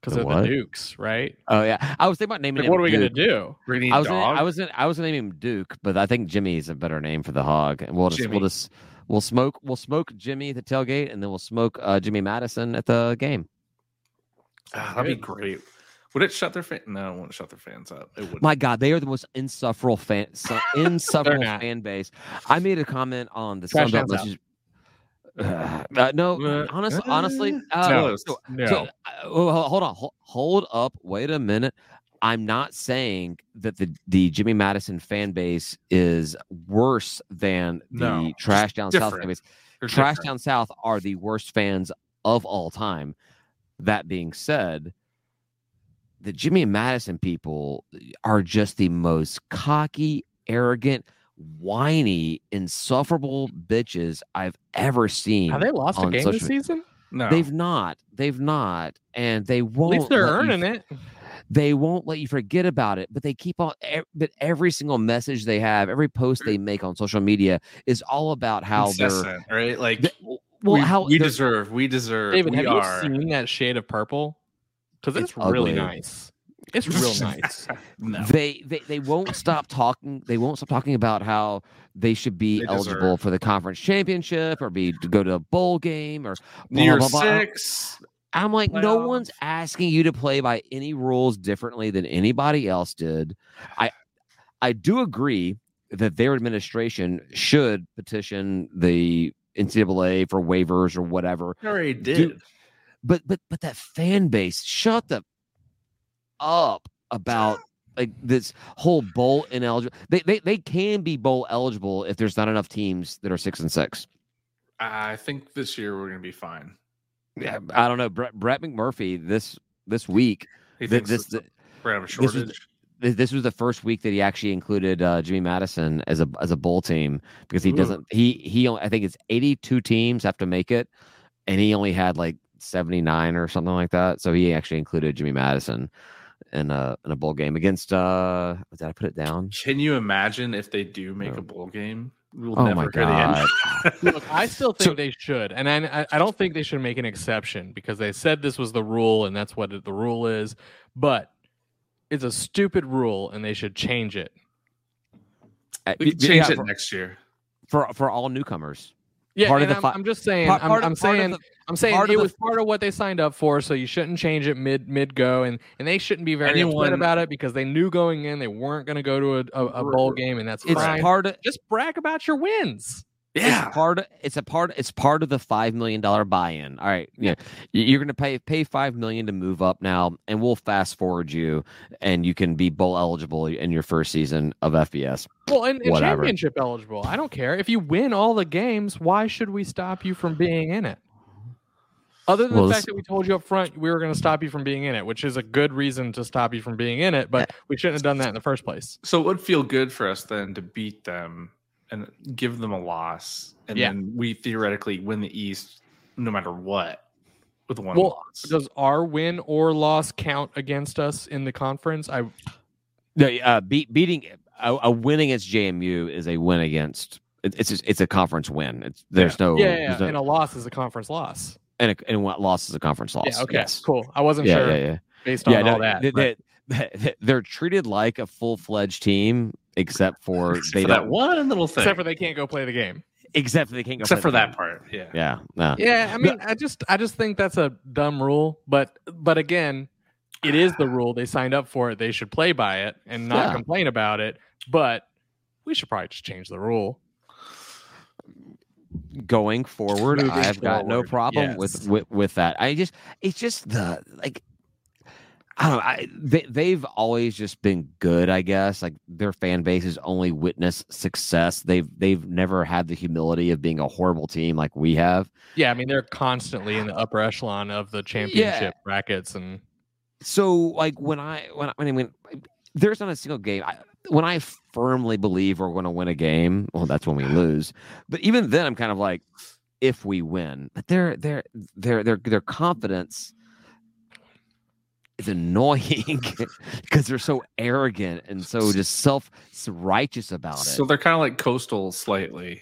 Because
The
of
what?
the nukes, right?
oh yeah. I was thinking about naming
Like,
him.
what are we gonna
Duke.
do?
We're gonna eat
I was, gonna,
dog.
I was gonna, I was gonna name him Duke, but I think Jimmy is a better name for the hog. And we'll just
Jimmy.
we'll just we'll smoke we'll smoke Jimmy at the tailgate, and then we'll smoke uh, Jimmy Madison at the game.
Ah, that'd be great. Would it shut their fan? No, it wouldn't shut their fans up. It would.
My God, they are the most insufferable fan, su- insufferable
not.
fan base. I made a comment on the Sun
Trash
Belt.
Cans out.
Message. Uh, no,
Uh,
honestly,
uh,
honestly, uh,
no.
so-
No.
so, uh, oh, ho- hold on, ho- hold up, wait a minute. I'm not saying that the the Jimmy Madison fan base is worse than the
No, just
Trash Down South fan
different.
base.
They're
Trash
different.
Down South are the worst fans of all time. That being said, the Jimmy and Madison people eh, are just the most cocky, arrogant, whiny, insufferable bitches I've ever seen.
Have they lost a
on
game
social
this
media.
season?
No.
They've not. They've not. And they
At
won't.
least they're
let you
earning it.
they won't let you forget about it but they keep on e- but every single message they have every post they make on social media is all about how they're
Incessant, right? Like
Th- well
we,
how
we
they're-
deserve. We deserve.
David,
we
have
are.
you seen that shade of purple? Because it's,
It's
really
ugly.
nice. It's real nice.
no.
they, they they won't stop talking they won't stop talking about how they should be
They
eligible
deserve.
for the conference championship or be to go to a bowl game or blah,
Year
blah, blah.
six.
I'm like, no
playoffs.
one's asking you to play by any rules differently than anybody else did. I I do agree that their administration should petition the NCAA for waivers or whatever.
They already did.
But but but that fan base, shut the up about like this whole bowl ineligible. They they they can be bowl eligible if there's not enough teams that are six and six.
I think this year we're gonna be fine.
Yeah, I don't know. Brett, Brett McMurphy this this week.
He
thi-
thinks
this,
it's- we're gonna have a
this is-
shortage.
thi- this was the first week that he actually included uh, Jimmy Madison as a as a bowl team because he
Ooh.
doesn't he he only, I think it's 82 teams have to make it and he only had like 79 or something like that. So he actually included Jimmy Madison in a in a bowl game against uh did I put it down?
Can you imagine if they do make
No.
a bowl game? We'll
Oh
never
my
hear the end.
god.
Look, I still think
So-
they should, and I, I- I don't think they should make an exception because they said this was the rule, and that's what the rule is. But it's a stupid rule, and they should change it.
We could
Uh, Yeah,
change it
for,
next year.
for for all newcomers.
Yeah,
Part of
and
the
I'm,
fi-
I'm just saying,
Part-
I'm,
part of-
I'm
part of
saying,
the-
I'm saying
part
it
of the-
was part of what they signed up for, so you shouldn't change it mid mid go, and and they shouldn't be very
Anyone-
upset about it because they knew going in they weren't going to go to a, a, a bowl
Right.
game, and that's
it's
fine.
part of
just brag about your wins.
Yeah.
It's part. It's a part. It's part of the five million dollar buy-in. All right. Yeah. You- You're gonna pay pay five million to move up now, and we'll fast forward you, and you can be bowl eligible in your first season of FBS.
Well, and, and
Whatever.
championship eligible. I don't care if you win all the games. Why should we stop you from being in it? Other than
Well,
the
this-
fact that we told you up front we were going to stop you from being in it, which is a good reason to stop you from being in it, but we shouldn't have done that in the first place.
So it would feel good for us then to beat them and give them a loss, and
Yeah.
then we theoretically win the East no matter what. with one
Well,
loss.
Does our win or loss count against us in the conference? I
No, uh, beat, beating a, a win against JMU is a win against. it- It's just, it's a conference win. It's there's no
yeah, yeah,
there's no-
and a loss is a conference loss.
and a, and what loss is a conference loss.
Yeah, okay,
Yes.
cool. I wasn't
Yeah,
sure
yeah, yeah.
based on
yeah no,
all that.
They,
but-
are treated like a full fledged team, except for
except
they
for that
don't.
one little thing.
except for they can't go play the game.
Except for they can't go.
except
play
for
the
that
game.
part. Yeah.
Yeah. No.
Yeah, I mean, I just I just think that's a dumb rule, but but again, it is the rule. They signed up for it. They should play by it and not
Yeah.
complain about it. But we should probably just change the rule.
Going forward,
Moving
I've got no
forward,
problem
yes.
with, with with that. I just it's just the like. I don't know. I, they, they've always just been good, I guess. Like their fan base has only witnessed success. They've they've never had the humility of being a horrible team like we have.
Yeah, I mean, they're constantly in the upper echelon of the championship brackets, and
so like when I when I, when I mean there's not a single game I, when I firmly believe we're going to win a game. Well, that's when we lose. But even then, I'm kind of like, if we win, but their their their their their confidence is annoying because they're so arrogant and so just self righteous about it.
So they're kind of like coastal slightly.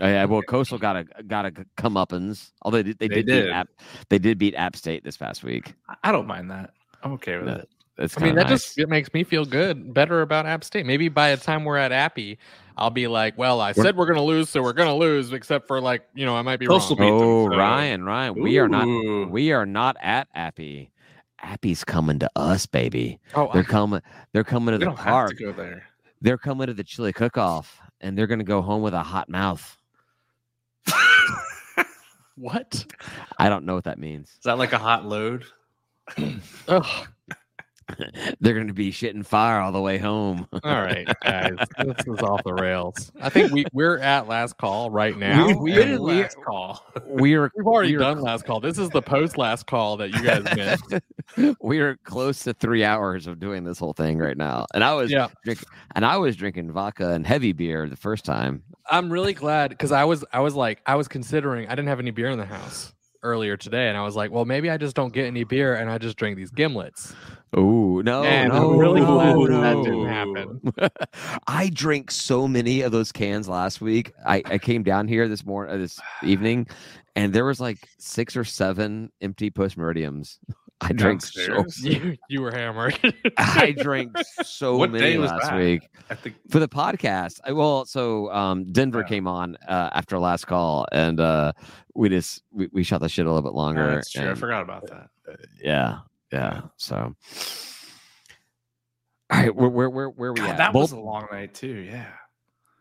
Oh, yeah, well, Coastal got a got a comeuppance. Although they, they,
They
did,
did.
Beat App, they did beat App State this past week.
I- I don't mind that. I'm okay with
No.
it.
That's
I mean,
kinda
that
nice.
just it makes me feel good, better about App State. Maybe by the time we're at Appy, I'll be like, well, I
We're-
said we're gonna lose, so we're gonna lose. Except for like, you know, I might be
Coastal
wrong.
beat them,
Oh,
so-
Ryan, Ryan, we are not
Ooh.
we are not at Appy. Appy's coming to us, baby.
Oh,
They're coming they're coming to
We
the
don't have
park.
to go there.
They're coming to the chili cook off and they're gonna go home with a hot mouth.
what?
I don't know what that means.
Is that like a hot load?
Ugh.
they're gonna be shitting fire all the way home.
All right, guys, this is off the rails. I think we we're at last call right now.
We've been
and
at
we-
last
call.
We are
We've already
we are-
done last call. This is the post last call that you guys missed.
we are close to three hours of doing this whole thing right now. And I was
Yeah.
drinking and I was drinking vodka and heavy beer the first time.
I'm really glad because I was I was like I was considering I didn't have any beer in the house earlier today, and I was like, well, maybe I just don't get any beer and I just drink these gimlets.
Oh no,
and
no,
I'm really glad
no,
that, that
no.
didn't happen.
I drank so many of those cans last week. I, I came down here this morning, uh, this evening, and there was like six or seven empty post meridiums. I drank so,
Downstairs?
You you were hammered.
I drank so
What
many
day was
last
that?
week
I think
for the podcast. I, well, so um, Denver
Yeah.
came on uh, after last call, and uh, we just we, we shot the shit a little bit
Oh,
longer.
that's true. I
and-
forgot about that.
yeah, yeah. So, all right, where where where where are we
God,
at?
that
Bowl-
was a long night too. Yeah.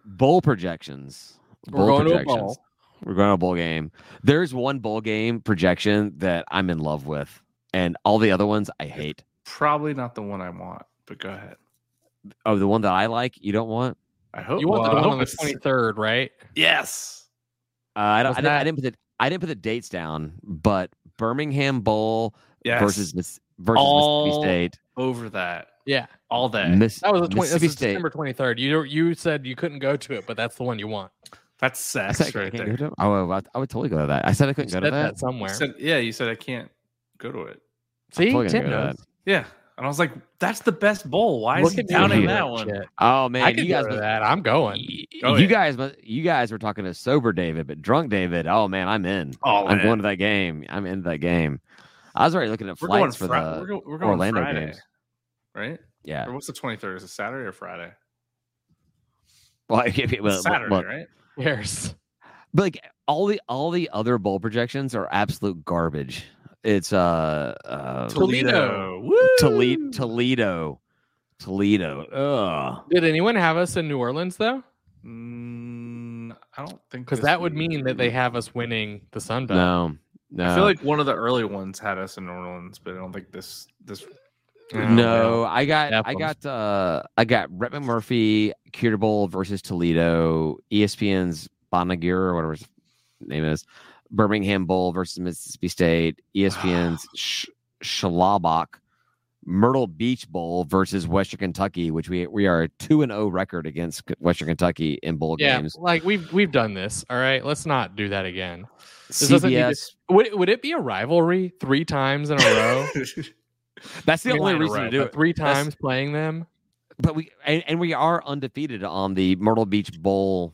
bowl projections.
We're going to a bowl.
We're going to a bowl game. There's one bowl game projection that I'm in love with, and all the other ones I hate.
Probably not the one I want, but go ahead.
Oh, the one that I like, you don't want.
I hope
You want
well, I
the one
hope
on the
it's-
23rd, right?
Yes.
Uh, I, don't,
What's
I, didn't, I
that?
didn't put the I didn't put the dates down, but Birmingham Bowl
Yes.
versus Miss, versus
All
Mississippi
over that
Yeah,
all day.
State. Miss,
that was the 20, this
Mississippi
is
State.
December 23rd. You you said you couldn't go to it, but that's the one you want.
That's
I
sex
said I
right
can't
there.
go to it. Oh, I, I would totally go to that. I said I
You
couldn't go
said
to that.
that somewhere.
You said, yeah, you said I can't go to it.
See,
totally gonna
Tim
go to
knows.
Yeah. And I was like, that's the best bowl. Why is
Look
he
at me
counting
here.
that one?
Shit.
Oh man,
I can
you guys
go to
must-
that. I'm going.
y-
Oh,
you
yeah.
guys must- you guys were talking to sober David, but drunk David. Oh man, I'm in.
Oh,
I'm
man.
going to that game. I'm into that game. I was already looking at
we're
flights
going
for
Fri-
the
we're go- we're going
Orlando
Friday,
games.
Right?
yeah.
Or what's the 23rd? Is it Saturday or Friday?
Well, I- well, well,
Saturday,
well,
right?
Yes.
But like all the all the other bowl projections are absolute garbage. It's uh, uh
Toledo.
Woo!
Toledo, Toledo, Toledo. Ugh.
Did anyone have us in New Orleans though?
Mm, I don't think
Because
this
that would
week.
mean that they have us winning the Sun Belt.
No, no.
I feel like one of the early ones had us in New Orleans, but I don't think this this
No,
No, I got I
Apple's-
got uh I got Rhett McMurphy, Cure Bowl versus Toledo, E ESPN's Bonaguer or whatever his name is, E Birmingham Bowl versus Mississippi State, ESPN's Sh- Shalabach Myrtle Beach Bowl versus Western Kentucky, which we we are a two and zero record against Western Kentucky in bowl
yeah,
games.
like we've we've done this. All right, let's not do that again. This doesn't need to-
CBS.
Would would it be a rivalry three times in a row?
That's the
I mean,
only
not in a
reason
row,
to do
but
it.
Three
That's-
times playing them.
But we and, and we are undefeated on the Myrtle Beach Bowl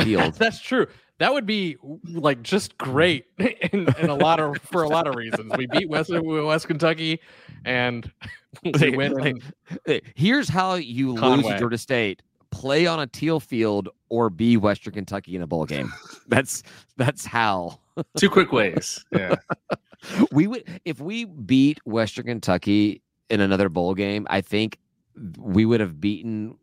field.
That's true. That would be like just great in, in a lot of for a lot of reasons. We beat West West Kentucky, and we
Like-
win.
like- Hey, Here's how you lose
Conway.
to Georgia State: play on a teal field or be Western Kentucky in a bowl game. that's that's how
Two quick ways. Yeah.
we would if we beat Western Kentucky in another bowl game. I think we would have beaten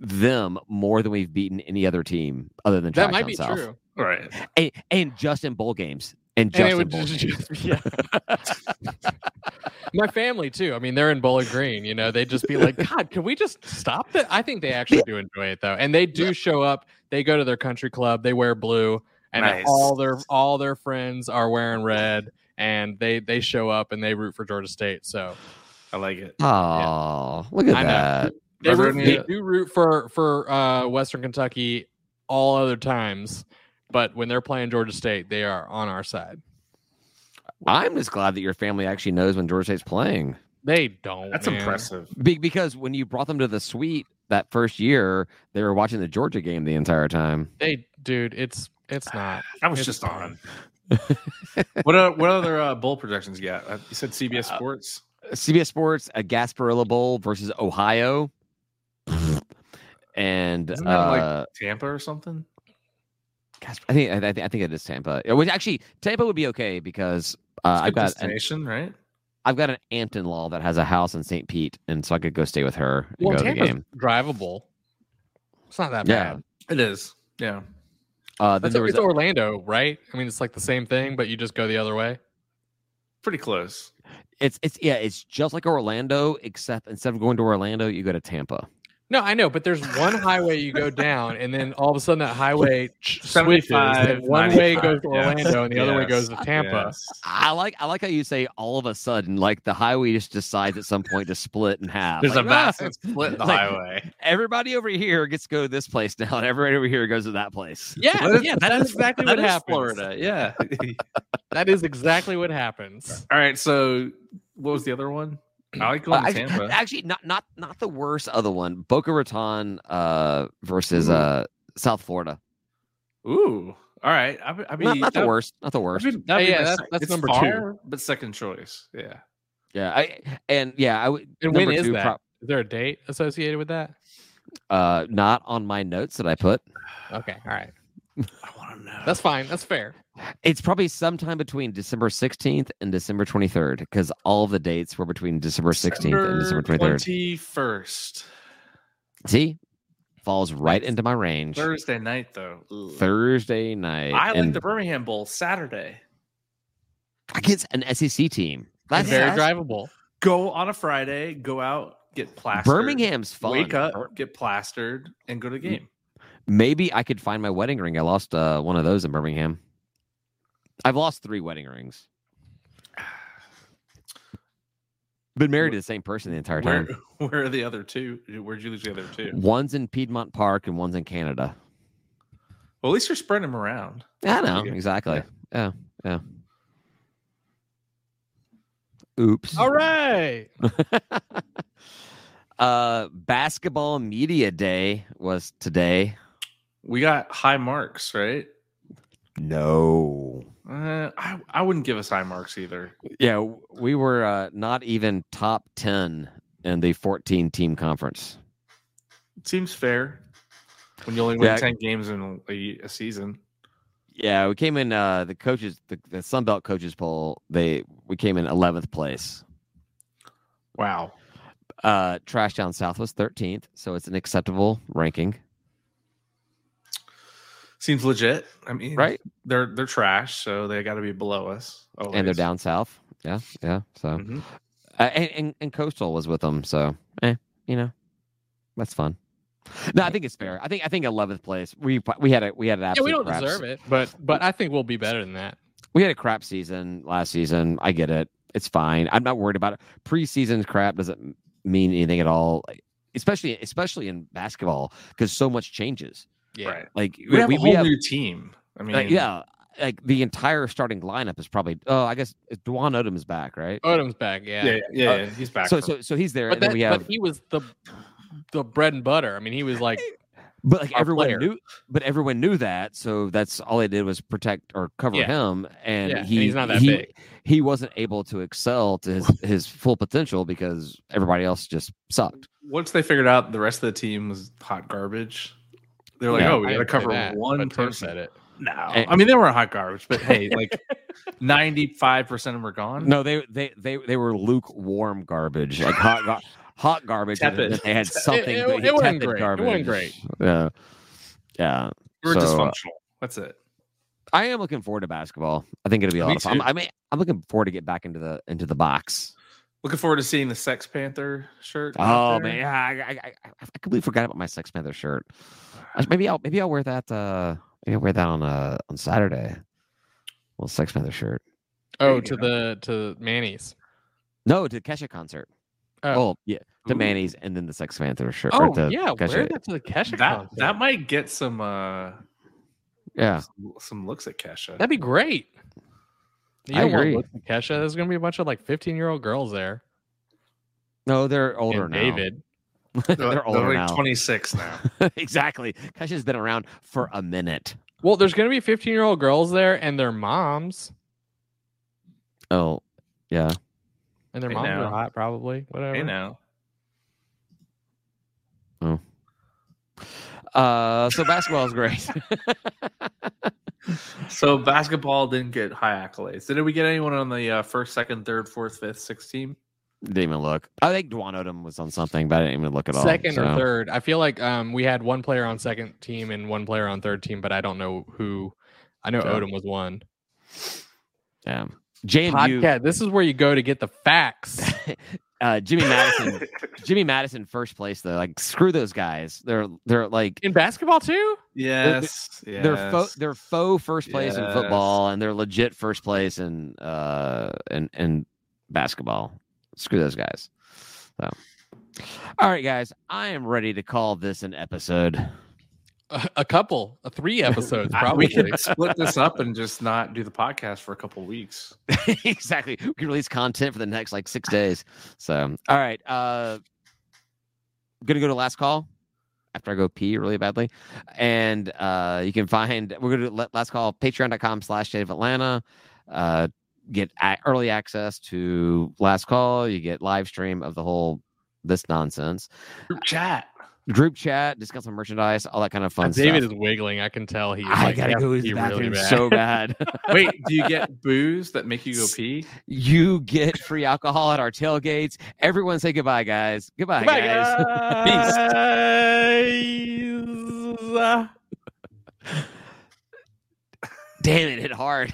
them more than we've beaten any other team other than
that
Tracktown
might be
South.
true.
All right.
and, and just in bowl games and just
And it
in
would
bowl
just,
games.
just- yeah. My family too. I mean, they're in Bowling Green. You know, they'd just be like, "God, can we just stop that?" I think they actually do enjoy it though, and they do show up. They go to their country club. They wear blue, and
Nice.
all their all their friends are wearing red, and they they show up and they root for Georgia State. So
I like it.
Oh, look at
I know.
that!
they,
Are there
root,
any-
they do root for for uh, Western Kentucky all other times, but when they're playing Georgia State, they are on our side.
I'm just glad that your family actually knows when Georgia State's playing.
They don't.
That's
man.
impressive.
Be- because when you brought them to the suite that first year, they were watching the Georgia game the entire time.
They, dude, it's it's not.
I was
It's
just
fine.
on. what uh, what other uh, bowl projections you got? Uh, You said CBS
Uh,
Sports.
CBS Sports, a Gasparilla Bowl versus Ohio, and
Isn't that like-
uh,
Tampa or something.
Gasp- I think I, think I think it is Tampa. It was actually Tampa would be okay because uh,
It's
I've
a good
got an,
destination, right?
I've got an aunt in law that has a house in St. Pete, and so I could go stay with her and
Well,
go to the
Tampa's
game.
drivable. It's not that
Yeah.
bad.
It is. Yeah.
Uh, then
That's,
there was
it's Orlando, right? I mean, it's like the same thing, but you just go the other way.
Pretty close.
It's it's yeah, it's just like Orlando, except instead of going to Orlando, you go to Tampa.
No, I know, but there's one highway you go down, and then all of a sudden that highway ch- switches.
75,
and One way
95,
goes to Orlando,
yes,
and the other way
yes,
goes to Tampa.
yes.
I like I like how you say all of a sudden, like the highway just decides at some point to split in half.
There's
Like,
a
"Ah,
massive split in the
like-
highway.
everybody over here gets to go to this place now, and everybody over here goes to that place.
Yeah,
That is-
yeah, that's exactly what
That is
happens.
Florida. Yeah.
That is exactly what happens.
All right. So what was the other one? I like
Uh,
going to
actually,
Tampa.
actually, not not not the worst other one. Boca Raton uh, versus uh, South Florida.
Ooh. All right. I, I mean,
Not, not the
that-
worst. Not the worst.
I mean, that'd be
Yeah,
my
that's-
sec-
that's
it's
number two.
far, but second choice. Yeah.
Yeah. I, and yeah, I would.
And when
number
is
two,
that?
prob-
Is there a date associated with that?
uh, not on my notes that I put.
Okay, all right,
I want to know.
that's fine. That's fair.
It's probably sometime between December 16th and December 23rd because all of the dates were between December 16th and December 23rd.
21st.
See, falls right into my range.
Thursday night, though. Ugh.
Thursday night.
I like
and
the Birmingham Bowl Saturday.
against an SEC team. That's,
very
that's-
drivable.
Go on a Friday, go out, get plastered.
Birmingham's fun.
Wake
Or
up, get plastered, and go to the game.
Maybe I could find my wedding ring. I lost uh, one of those in Birmingham. I've lost three wedding rings. Been married to the same person the entire
Where,
time.
where are the other two? Where'd you lose the other two?
One's in Piedmont Park and one's in Canada.
Well, at least you're spreading them around.
I know
Yeah.
exactly. Yeah, yeah. Oops.
All right.
uh, basketball media day was today.
We got high marks, right?
No.
Uh, I, I wouldn't give us high marks either.
Yeah, w- we were uh, not even top 10 in the 14 team conference.
It seems fair when you only win
Yeah.
10 games in a, a season.
Yeah, we came in uh, the coaches the, the Sun Belt coaches poll, they we came in 11th place.
Wow.
Uh Trash Down South was 13th, so it's an acceptable ranking,
Seems legit. I mean,
right?
They're they're trash, so they got to be below us. Mm-hmm. Oh,
And they're down south. Yeah, yeah. So uh, and, and and Coastal was with them, so eh, you know. That's fun. No, I think it's fair. I think I think 11th place. We we had a we had an
Yeah,
absolute
we don't
crap
deserve it, but but I think we'll be better than that.
we had a crap season last season. I get it. It's fine. I'm not worried about it. Preseason's crap doesn't m- mean anything at all, like, especially especially in basketball because so much changes.
Yeah.
Right.
Like
We have a whole new team. I mean,
like, yeah, like the entire starting lineup is probably. Oh, I guess Dwan Odom is back, right?
Odom's back.
yeah,
Yeah.
yeah, yeah,
Uh,
yeah, He's back.
so
for-
so so he's there,
But
and then
that,
we have.
but he was the the bread and butter. I mean, he was like
But like
our
everyone
player.
knew, but everyone knew that. So that's all they did was protect or cover
Yeah.
him, and
Yeah, and
he
he's not that
he,
big.
He wasn't able to excel to his his full potential because everybody else just sucked.
once they figured out the rest of the team was hot garbage, they're like,
Yeah,
"Oh, we
I
got to
didn't say
cover
that,
one
but Tim
person."
said it.
No,
And-
I mean they weren't hot garbage, but hey, like ninety-five percent of them are gone.
No, they they they they were lukewarm garbage, like hot gar- hot garbage. and
Tepid.
then They had something.
it-
but
it wasn't
tepid
great. It
Garbage.
wasn't great.
Yeah, yeah.
we're
so, uh,
dysfunctional. That's it.
I am looking forward to basketball. I think it'll be a
Me
lot of fun.
too.
I'm, I mean, I'm looking forward to get back into the into the box.
Looking forward to seeing the Sex Panther shirt. out
Oh
there.
man, yeah, I, I, I, I completely forgot about my Sex Panther shirt. I should- Maybe I'll maybe I'll wear that. Uh, maybe I'll wear that on uh on Saturday. Well, Sex Panther shirt.
Oh,
you
to
go.
the to Manny's.
No, to Kesha concert.
Oh.
Oh, yeah, to
Ooh.
Manny's and then the Sex Panther shirt. or
Oh
the
yeah, wear
Kesha-
that to the Kesha
that
concert.
that might get some uh
yeah.
some, some looks at Kesha.
That'd be great. You
I
don't want
agree.
to look at Kesha. There's gonna be a bunch of like 15 year old girls there.
No, they're older
and
now.
David.
they're older
like
now.
twenty-six now.
exactly. Kesha's been around for a minute.
Well, there's gonna be 15 year old girls there and their moms.
Oh, yeah.
And their
Hey,
moms
now.
are hot, probably. Whatever.
you know,
Uh, so basketball is great.
so basketball didn't get high accolades. Did we get anyone on the uh, first, second, third, fourth, fifth, sixth team?
Didn't even look. I think Dwan Odom was on something, but I didn't even look at all.
second
so.
or third. I feel like um, we had one player on second team and one player on third team, but I don't know who. I know
Okay.
Odom was one.
Yeah. JMU,
Podcast. This is where you go to get the facts.
uh, Jimmy Madison, Jimmy Madison, first place though. Like screw those guys. They're they're like
In basketball too?
yes, yes.
they're faux they're faux first place in
Yes.
football, and they're legit first place in uh in in basketball. Screw those guys. So, all right, guys, I am ready to call this an episode.
A, a couple, a three episodes
I-
probably.
We could split this up and just not do the podcast for a couple weeks.
exactly. We can release content for the next like six days. So, all right. Uh, gonna go to last call after I go pee really badly, and uh, you can find we're gonna do la- last call patreon.com slash shade of Atlanta. Uh, get a- early access to last call. You get live stream of the whole this nonsense
Group chat.
group chat, discuss some merchandise, all that kind of fun
David
stuff.
is wiggling. I can tell he's
I
like,
gotta
yeah,
go to
he
the bathroom
really bad.
so bad.
Wait, do you get booze that make you go pee?
You get free alcohol at our tailgates. Everyone say goodbye, guys. Goodbye,
Goodbye,
guys.
guys.
Damn it, hit hard.